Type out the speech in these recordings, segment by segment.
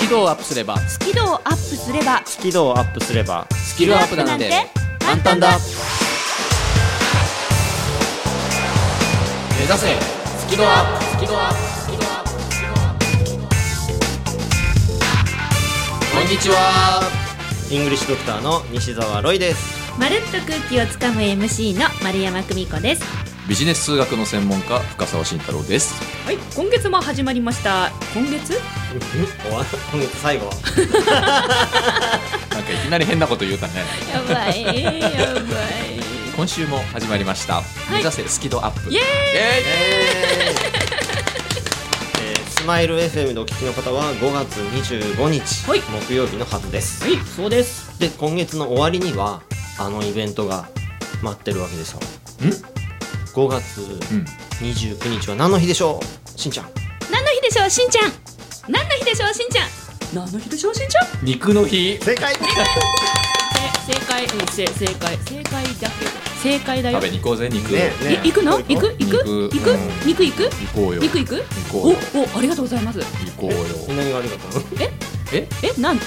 キ度をアップすればスキルをアップすればスキルをアップすればスキルアップなんて簡単だ目指せスキルアップスキルアップスキルアップスキルアップこんにちはイングリッシュドクターの西澤ロイですまるっと空気をつかむ MC の丸山久美子ですビジネス数学の専門家深澤慎太郎ですはい今月も始まりました今月終わ今月最後なんかいきなり変なこと言うたねやばいやばい今週も始まりました、い目指せスキドアップイエーイエーイえースマイル FM でお聞きの方は5月25日、はい木曜日のはずですはいそうですで今月の終わりにはあのイベントが待ってるわけですよ5月うん29日は何の日でしょうしんちゃん何の日でしょうしんちゃん何の日でしょうしんちゃん何の日でしょうしんちゃん肉の日正解正解うんせ正解正解だけど正解だよ食べに行こうぜ肉、ねい行くの行く行く行行くくうん肉行く行こうよ肉行く行こうよおおありがとうございます行こうこよんなに悪かったのええなんえ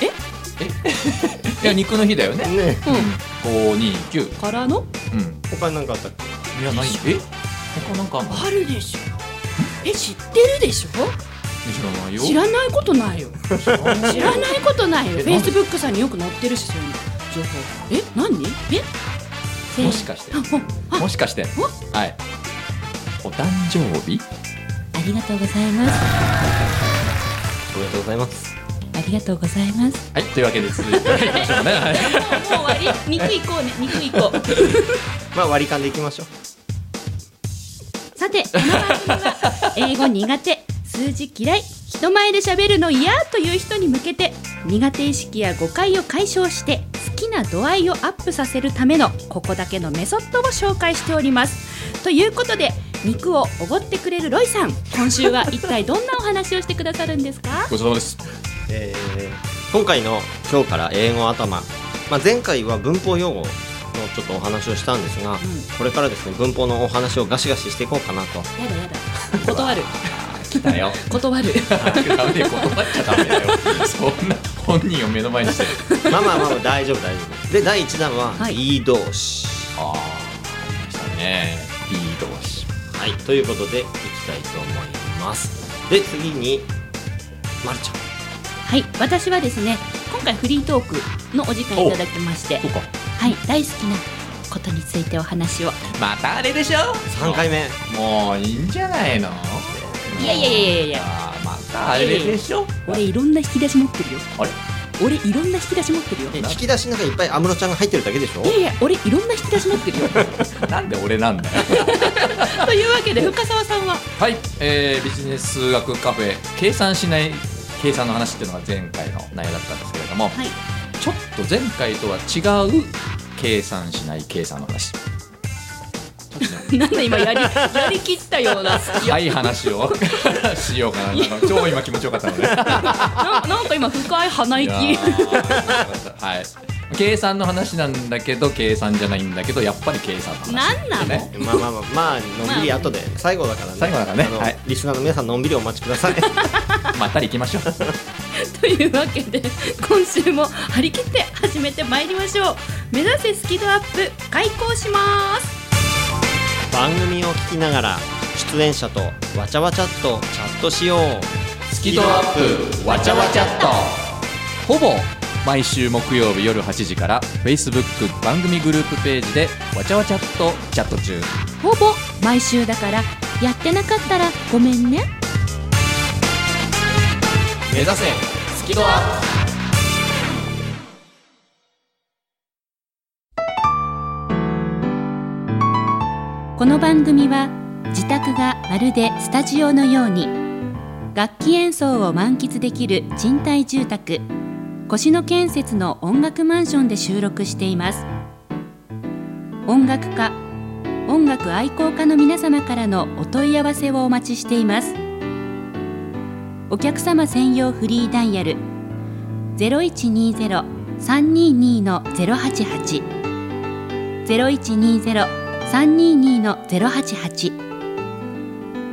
いや肉の日だよねねう五二九んからのうん他に何かあったっけいやないえ他なんかあんのあるでしょえ知ってるでしょ知らないよ知らないことないよ知らないことないよフえェなイんスでブックさんによく載ってるしそういうの情報え何えせーもしかしてああもしかしておはいお誕生日ありがとうございますおめでとうございますありがとうございますはいというわけで続いていきましょうねはい もうもう終わり肉行こうね肉行こうまあ割り勘でいきましょうさてこの番組は英語苦手数字嫌い人前で喋るの嫌という人に向けて苦手意識や誤解を解消して好きな度合いをアップさせるためのここだけのメソッドを紹介しておりますということで肉をおごってくれるロイさん今週は一体どんなお話をしてくださるんですかごちそうさまですえー今回の「今日から英語頭」まあ、前回は文法用語のちょっとお話をしたんですが、これからですね文法のお話をガシガシしていこうかなと やだやだ断る来たよ断るダメで断っちゃダメだよそんな本人を目の前にしてまあまあまあまあ大丈夫大丈夫で第1弾ははいいい動詞ああありましたねいい同士はい、ということでいきたいと思いますで次にまるちゃんはい私はですね今回フリートークのお時間いただきましてそうかはい大好きなことについてお話をまたあれでしょ3回目もういいんじゃないのいやいやいやいやいやあーまたあれでしょ俺いろんな引き出し持ってるよあれ俺いろんな引き出し持ってるよ引き出しの中にいっぱい安室ちゃんが入ってるだけでしょいやいや俺いろんな引き出し持ってる よなんで俺なんだよというわけで深澤さんははい、えービジネス数学カフェ計算しない計算の話っていうのが前回の内容だったんですけれども、はいちょっと前回とは違う計算しない計算の話ちょっとねなんだ今やり やりきったような隙深い話 をしようかななんか超今気持ちよかったので、ね、ななんか今深い鼻い息やーよかったはい計算の話なんだけど計算じゃないんだけどやっぱり計算の話なんなのねまあまあまあまあのんびり後で最後だからね最後だからねあのはいリスナーの皆さんのんびりお待ちくださいまったり行きましょうというわけで今週も張り切って始めてまいりましょう目指せスキルアップ開講します番組を聞きながら出演者とわちゃわちゃっとチャットしようスキドアップわちゃわちゃっとほぼ毎週木曜日夜8時から Facebook 番組グループページでわちゃわちゃっとチャット中ほぼ毎週だからやってなかったらごめんね目指せスキドアッこの番組は自宅がまるでスタジオのように楽器演奏を満喫できる賃貸住宅越野建設の音楽マンションで収録しています音楽家音楽愛好家の皆様からのお問い合わせをお待ちしていますお客様専用フリーダイヤル0120-322-088 0120-322-088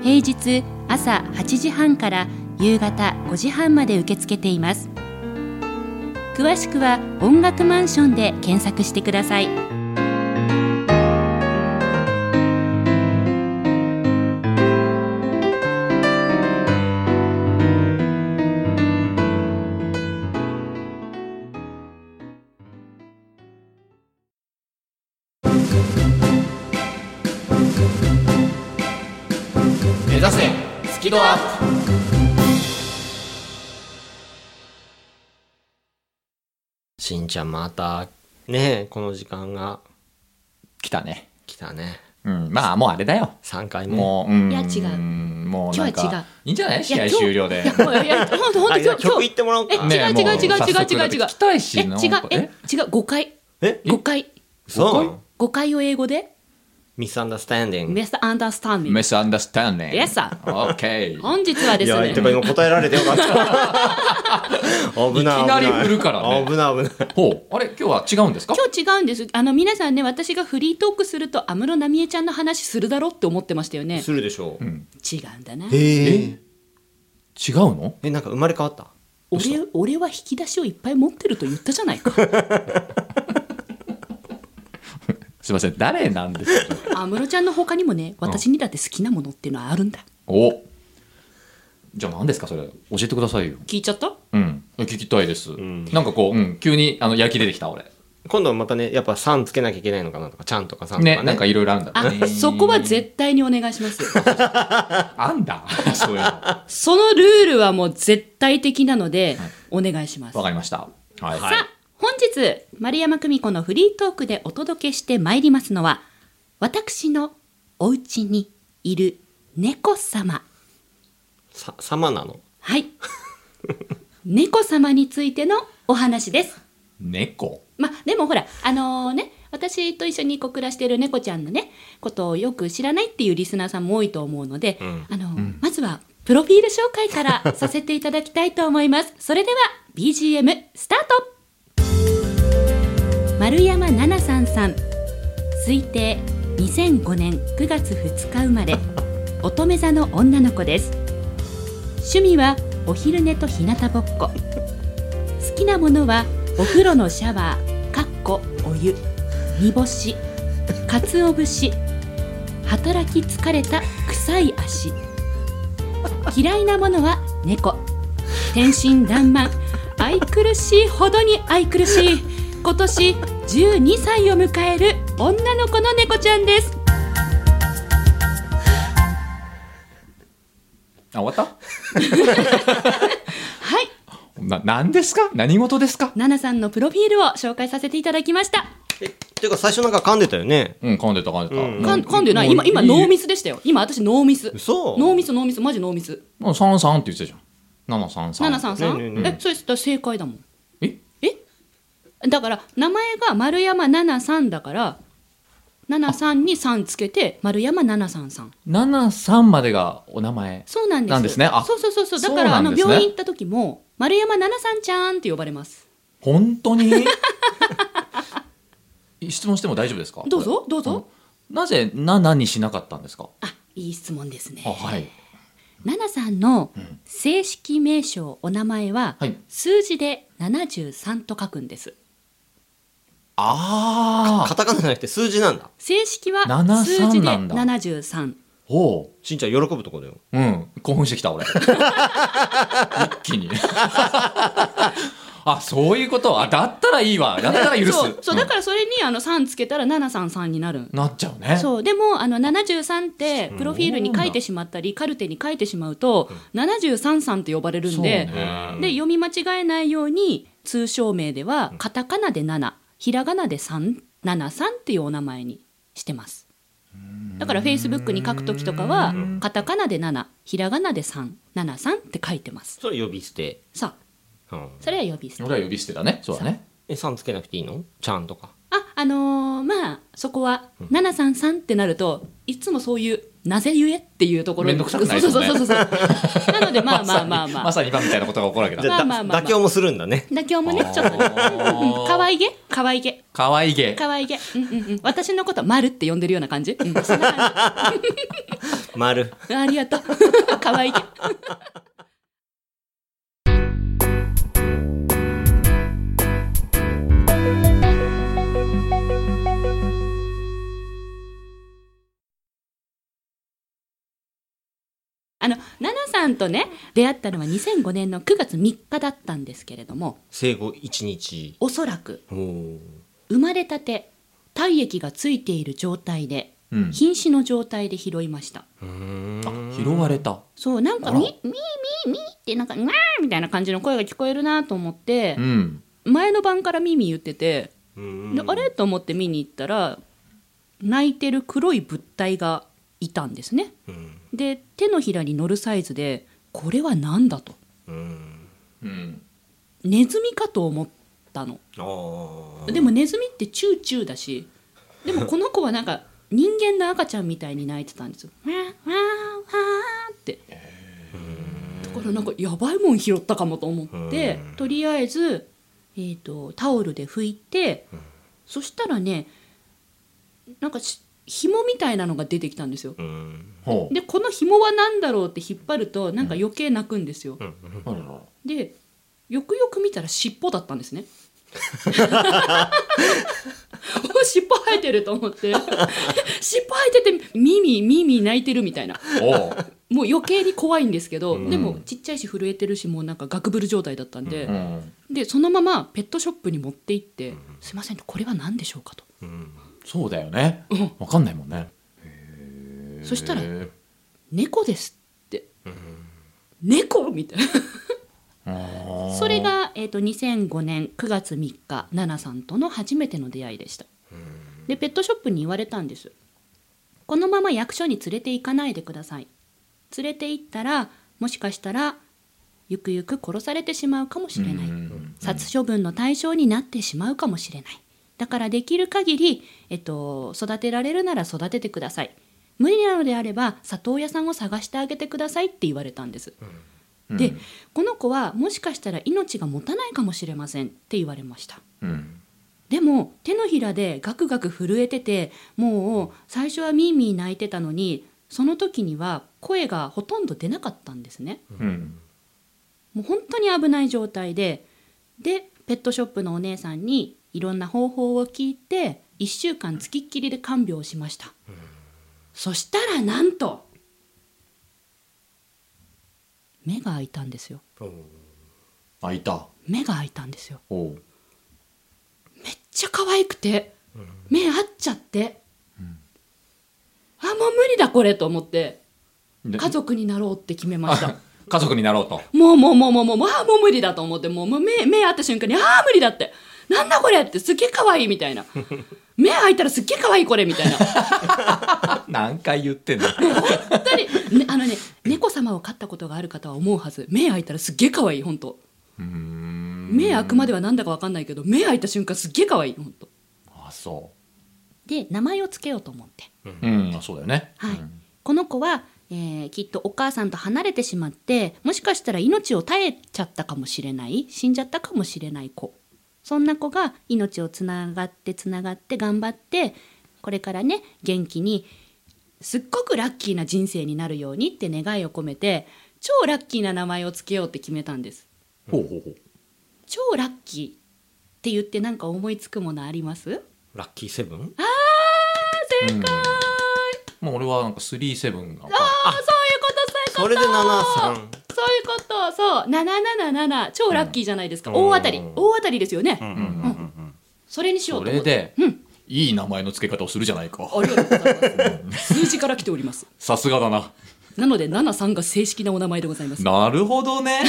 平日朝8時半から夕方5時半まで受け付けています詳しくは「音楽マンション」で検索してください目指せスキドアップしんちゃんまたねえこの時間が来たね来たねうんまあもうあれだよ3回目もう、うん、いや違うもうなんか今日は違ういいんじゃない試合いや今日終了でいや、もういや、本当、本あ当、じ今ゃ日、今あ曲日行ってもらおうかえ違うも違う違う違早う速だって違う違う聞きたいしえ、違なう、なんえか、違う、誤解。え誤解。そう誤解を英語で、ミスアンダースタンディングメスアンダースタンディング。ミスアンダースタンディング Yes, sir. OK 本日はでいすやねて、か今答えられてよかった 危ないいきなり振るからね危ない危ないほうあれ今日は違うんですか今日違うんです。あの、皆さんね、私がフリートークすると、安室奈美恵ちゃんの話するだろって思ってましたよね。するでしょう、違うんだな。ええ違うのえなんか生まれ変わった俺、俺は引き出しをいっぱい持ってると言ったじゃないか。 すいません誰なんですか安室ちゃんの他にもね、私にだって好きなものっていうのはあるんだ。おじゃあ何ですかそれ教えてくださいよ聞いちゃったうん聞きたいです、んなんかこう、うん、急にあの焼き出てきた俺今度はまたねやっぱ「さん」つけなきゃいけないのかなとか「ちゃん」とか「さん」とかねねなんかいろいろあるんだあね、そこは絶対にお願いします。あんだ そういうのわそのルールはもう絶対的なので、お願いします。かりましたはい、さあ、本日、丸山久美子のフリートークでお届けしてまいりますのは、私のお家にいる猫様。さ様なの はい。猫様についてのお話です。猫まあ、でもほら、あのね、私と一緒にこう暮らしている猫ちゃんのね、ことをよく知らないっていうリスナーさんも多いと思うので、んあのまずは、プロフィール紹介からさせていただきたいと思います。それでは、BGM スタート丸山奈々さんさん、推定2005年9月2日生まれ、乙女座の女の子です。趣味はお昼寝と日向ぼっこ。好きなものはお風呂のシャワーかっこお湯煮干しかつお節働き疲れた臭い足嫌いなものは猫天真爛漫愛くるしいほどに愛くるしい今年12歳を迎える女の子の猫ちゃんですあ終わっはいたな何ですか何事ですか奈々さんのプロフィールを紹介させていただきましたえていうか最初なんか噛んでたよねうん噛んでた噛んでた、うんかん噛んでないも今う今ノーミスでしたよ今私ノーミス嘘ノーミスノーミスマジノーミスもう三三って言ってたじゃん七三三七三さん、ねえねえねえそうですだから正解だもんええだから名前が丸山七三だから七三に三つけて丸山七三さん七三までがお名前そうなんですなんですねあそうそうそうそうだそかうら、なあんでのすね病院行った時も丸山七三ちゃんって呼ばれます本当に 質問しても大丈夫ですかどうぞどうぞ、なぜ7にしなかったんですかあいい質問ですねあはい七さんの正式名称お名前は、はい数字で73と書くんですあカタカナじゃなくて数字なんだ正式は73数字でなんだ73ほしんちゃん喜ぶとこだよううん興奮してきた 俺一気に あそういうことあだったらいいわだったら許すそうそうだら、からそれにあの3つけたら733になるうんなっちゃうねそうでもあの73ってプロフィールに書いてしまったりカルテに書いてしまうと733さんって呼ばれるんそうで,、ねで読み間違えないように通称名ではカタカナで7ひらがなで373っていうお名前にしてますだからフェイスブックに書く時とかはカタカナで7ひらがなで373って書いてますそれ呼び捨て、さあうん、それは呼び捨て俺は呼び捨てだねそうだねえさんつけなくていいのちゃんとかあ、あのーまあそこは733ってなるといつもそういうなぜゆえっていうところめんどくさくないですそうねそうそうそう なのでまあまあまあまあ、まさに今みたいなことが起こるわけだじゃあだまあまあまあまあ妥協もするんだね妥協もねちょっとねうん可愛げ可愛げ かわいげ可愛げうんうんうん私のことは丸って呼んでるような感じ、うん、そんな感丸じありがとう 可愛げんとね出会ったのは2005年の9月3日だったんですけれども生後1日おそらくおー生まれたて体液がついている状態で、うん瀕死の状態で拾いましたうーん拾われたそうなんかあらみ「みーみーみー」ってなんか「うわー」みたいな感じの声が聞こえるなと思ってうん前の晩からミーミー言っててうでーんあれと思って見に行ったら泣いてる黒い物体がいたんですねうんで手のひらに乗るサイズでこれは何だとうんうんネズミかと思ったのあーでもネズミってチューチューだしでもこの子はなんか人間の赤ちゃんみたいに泣いてたんですよ。 わーわーわーってだからなんかやばいもん拾ったかもと思ってうんとりあえず、えー、とタオルで拭いてそしたらねなんかし紐みたいなのが出てきたんですよ。うんほうでこの紐は何だろうって引っ張るとなんか余計泣くんですよ。うんうんあららでよくよく見たら尻尾だったんですね。お尻尾生えてると思って尻尾生えててミミミミ泣いてるみたいなおうもう余計に怖いんですけど、うんでもちっちゃいし震えてるしもうなんかガクブル状態だったんで、うんでそのままペットショップに持って行って「すいませんこれは何でしょうかと」うんそうだよねうんわかんないもんねそしたらへ「猫です」ってうん「猫?」みたいなーあーそれが、えー、と2005年9月3日奈々さんとの初めての出会いでしたでペットショップに言われたんですこのまま役所に連れて行かないでください連れて行ったらもしかしたらゆくゆく殺されてしまうかもしれない、うんうんうん殺処分の対象になってしまうかもしれないだからできる限り、えっと、育てられるなら育ててください無理なのであれば里親さんを探してあげてくださいって言われたんです、うんでこの子はもしかしたら命が持たないかもしれませんって言われましたうんでも手のひらでガクガク震えててもう最初はミーミー泣いてたのにその時には声がほとんど出なかったんですねうんもう本当に危ない状態ででペットショップのお姉さんにいろんな方法を聞いて1週間つきっきりで看病をしましたそしたらなんと目が開いたんですよあいた目が開いたんですよおうめっちゃ可愛くて目合っちゃって、あもう無理だこれと思ってで家族になろうって決めました 家族になろうと もうもうもうもうもうもうあもう無理だと思ってもうもう目目合った瞬間にああ無理だってなんだこれってすっげえ可愛いみたいな目開いたらすっげえ可愛いこれみたいな何回言ってんの本当に、ね、あのね猫様を飼ったことがある方は思うはず目開いたらすっげえ可愛い本当目開くまではなんだかわかんないけど目開いた瞬間すっげえ可愛い本当あそで名前をつけようと思ってううんあそうだよねはい、うんこの子は、えーきっとお母さんと離れてしまってもしかしたら命を絶えちゃったかもしれない死んじゃったかもしれない子そんな子が命をつながってつながって頑張ってこれからね元気にすっごくラッキーな人生になるようにって願いを込めて超ラッキーな名前をつけようって決めたんですほうほうほう超ラッキーって言ってなんか思いつくものありますラッキーセブン正解もう俺はなんか37がああそういうことそういうことそれで七三そういうこと、そう、777、超ラッキーじゃないですか、うん大当たりうん、大当たりですよね、うんうんうんそれにしよそうと思れって。でうん、いい名前の付け方をするじゃないかありがとうございます。数字から来ております。さすがだななので、73が正式なお名前でございます。なるほど ね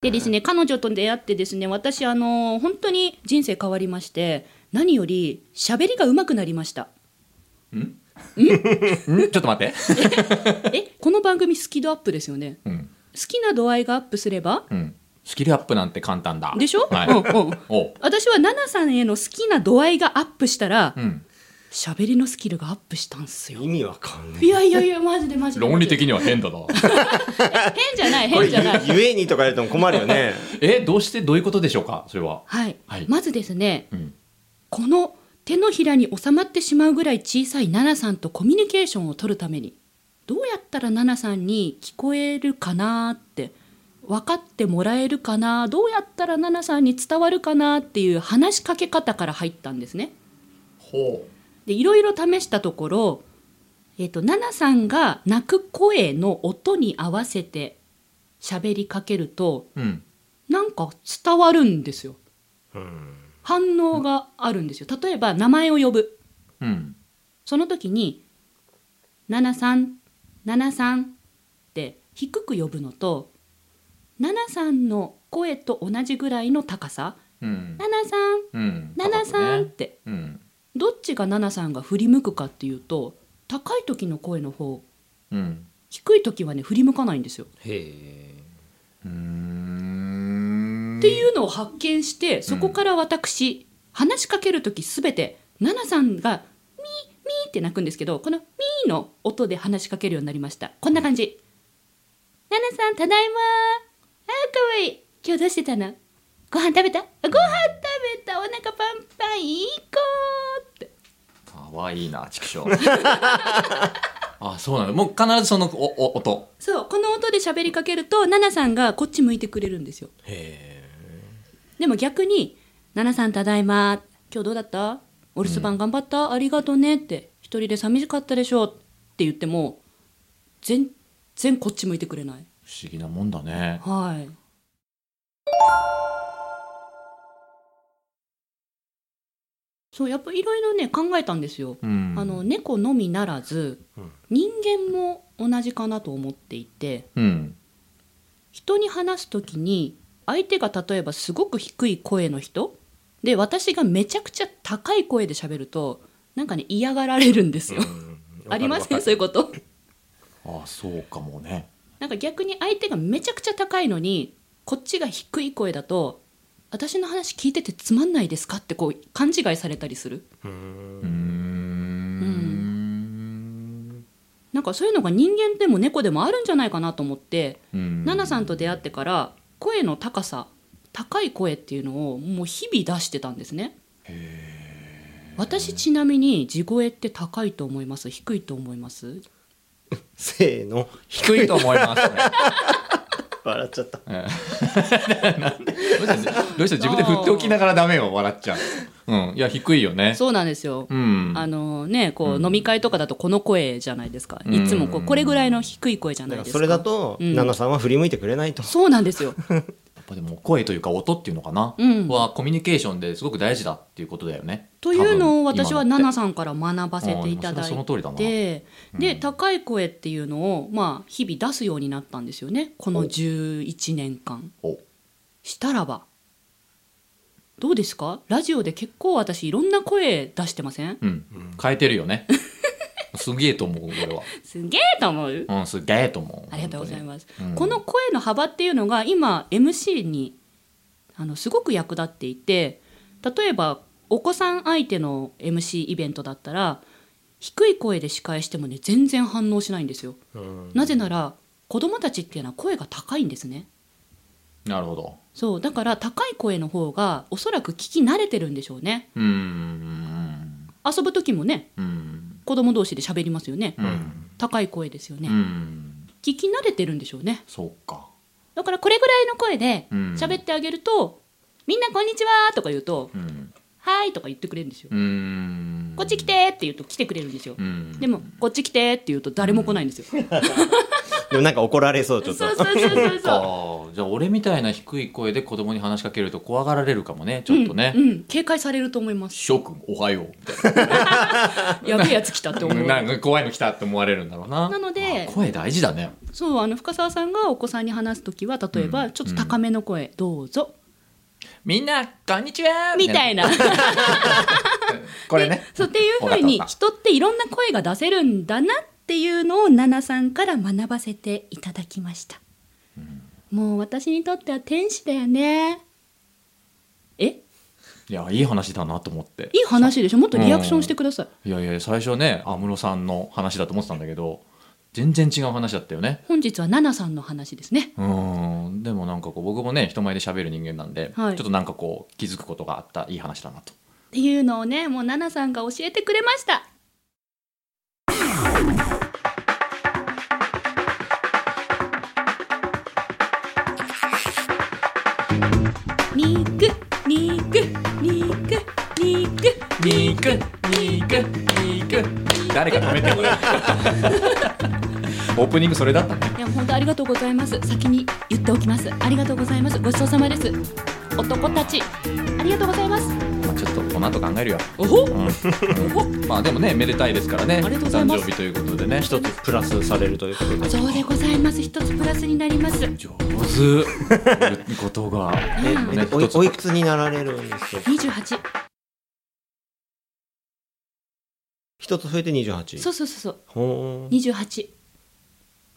でですね、彼女と出会ってですね、私、あのー本当に人生変わりまして、何より喋りが上手くなりました。んちょっと待ってえ、この番組スキルアップですよね。うん好きな度合いがアップすればうんスキルアップなんて簡単だでしょ、はい、うんうん。おう私はナナさんへの好きな度合いがアップしたらうん喋、りのスキルがアップしたんすよ意味わかんないいやいやいや、マジでマジで。論理的には変だなマジで。変じゃない、これ変じゃない。ゆえにとか言われても困るよねえどうしてどういうことでしょうかそれははい、はいまずですね、うんこの手のひらに収まってしまうぐらい小さい奈々さんとコミュニケーションを取るために、どうやったら奈々さんに聞こえるかなって分かってもらえるかなどうやったら奈々さんに伝わるかなっていう話しかけ方から入ったんですね。ほでいろいろ試したところ、えっと奈々さんが泣く声の音に合わせて喋りかけるとう。うん。なんか伝わるんですよ うん反応があるんですよ例えば名前を呼ぶうん。その時に「ナナさんナナさん」って低く呼ぶのとナナさんの声と同じぐらいの高さうん「ナナさんうん。ナナさん」高っくねてうん。どっちがナナさんが振り向くかっていうと高い時の声の方うん。低い時はね振り向かないんですよ。へえうーん。っていうのを発見してそこから私、話しかける時すべてナナさんが「ミーミー」って鳴くんですけどこの「ミー」の音で話しかけるようになりましたこんな感じ「ナナさんただいまーあーかわいい今日どうしてたのご飯食べたあご飯食べたお腹パンパンいい子」ってかわいいな、畜生。 あ、そうなの。もう必ずそのおお音。そうこの音で喋りかけるとナナさんがこっち向いてくれるんですよへでも逆に「ナナさんただいま今日どうだったお留守番頑張った、ありがとうね」って「一人で寂しかったでしょ」って言っても全然こっち向いてくれない不思議なもんだね。はいそうやっぱいろいろね考えたんですよ、うん。あの猫のみならず、うん人間も同じかなと思っていてうん。人に話す時に相手が例えばすごく低い声の人で私がめちゃくちゃ高い声で喋るとなんかね嫌がられるんですえよ、ありませんそういうとことあ、そうかもね。なんか逆に相手がめちゃくちゃ高いのにこっちが低い声だと私の話聞いててつまんないですかってこう勘違いされたりするうーん。なんかそういうのが人間でも猫でもあるんじゃないかなと思ってうん。奈々さんと出会ってから声の高さ高い声っていうのをもう日々出してたんですね私ちなみに地声って高いと思います低いと思いますせーの低いと思います、ね。笑っちゃったどうしたどうした自分で振っておきながらダメよ笑っちゃう。うん、いや低いよね。そうなんですよ、うん。あのねこう、うん飲み会とかだとこの声じゃないですか、うんいつもこうこれぐらいの低い声じゃないだかでらすかそれだとうん奈々さんは振り向いてくれないとそうなんですよ、やっぱでも声というか音っていうのかな、うんはコミュニケーションですごく大事だっていうことだよね。というのを多分私は今のナナってさんから学ばせていただあーそれそのい通りだなてで高い声っていうのをまあ日々出すようになったんですよねこの11年間おしたらばどうですかラジオで結構私いろんな声出してませんうん、変えてるよね。 すげえと思う俺は。すげえと思ううん、すげえと思う。ありがとうございす。ます、うんこの声の幅っていうのが今 MC にあのすごく役立っていて例えばお子さん相手の MC イベントだったら低い声で司会してもね全然反応しないんですようんなぜなら子供たちっていうのは声が高いんですねなるほど。そうだから高い声の方がおそらく聞き慣れてるんでしょうねうーん。遊ぶ時もねうん。子供同士で喋りますよね、うん。高い声ですよね、うん。聞き慣れてるんでしょうねそうか。だからこれぐらいの声でうん喋ってあげると、みんなこんにちはとか言うと、うん。はーいとか言ってくれるんですよ、うーん。こっち来。てって言うと来てくれるんですよ、うん。でもこっち来てって言うと誰も来ないんですよ、でもなんか怒られそうちそょうっとそうそうそうあそーじゃあ俺みたいな低い声で子供に話しかけると怖がられるかもねちょっとねう、うん、警戒されると思い ます諸君おはようやべえやつ来たって思うなんか怖いの来たって思われるんだろうななのであ声大事だねそうあの深澤さんがお子さんに話す時は例えば、うんちょっと高めの声、どうぞみんなこんにちはみたいなな、 これねそうっていうふうにわかっ人っていろんな声が出せるんだなっていうのを奈々さんから学ばせていただきました、もう私にとっては天使だよねえいいやいい話だなと思ってい話でしょもっとリアクションしてください、いやいや最初ね安室さんの話だと思ってたんだけど全然違う話だったよね本日は奈々さんの話ですねうんでもなんかこう僕もね人前で喋る人間なんで、はいちょっとなんかこう気づくことがあったいい話だなとっていうのをねもう奈々さんが教えてくれました肉肉肉肉肉肉誰か止め てこれオープニングそれだったねいや本当ありがとうございます先に言っておきますありがとうございますごちそうさまです男たちありがとうございますまあちょっとこの後考えるよおほ まあでもねめでたいですからねりがとうございま誕す生日ということでね一つプラスされるということでそうでございます一つプラスになります上手ことがええねおい一つおいくつになられるんですか28一つ増えて28そうそうそうそうほー28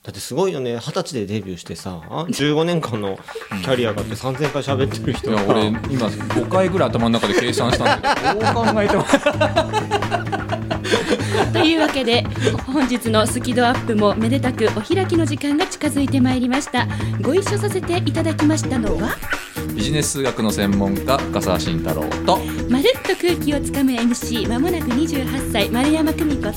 だってすごいよね二十歳でデビューしてさあ15年間のキャリアがあって3000回喋ってるい人やが俺今5回ぐらい頭の中で計算したんだけどどう考えてもというわけで本日のスキドアップもめでたくお開きの時間が近づいてまいりましたご一緒させていただきましたのはビジネス数学の専門家深澤慎太郎とまるっと空気をつかむ MC まもなく28歳丸山久美子と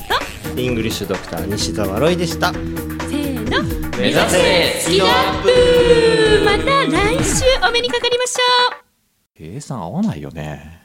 イングリッシュドクター西澤ロイでしたせーの目指せスキドアップまた来週お目にかかりましょう計算合わないよね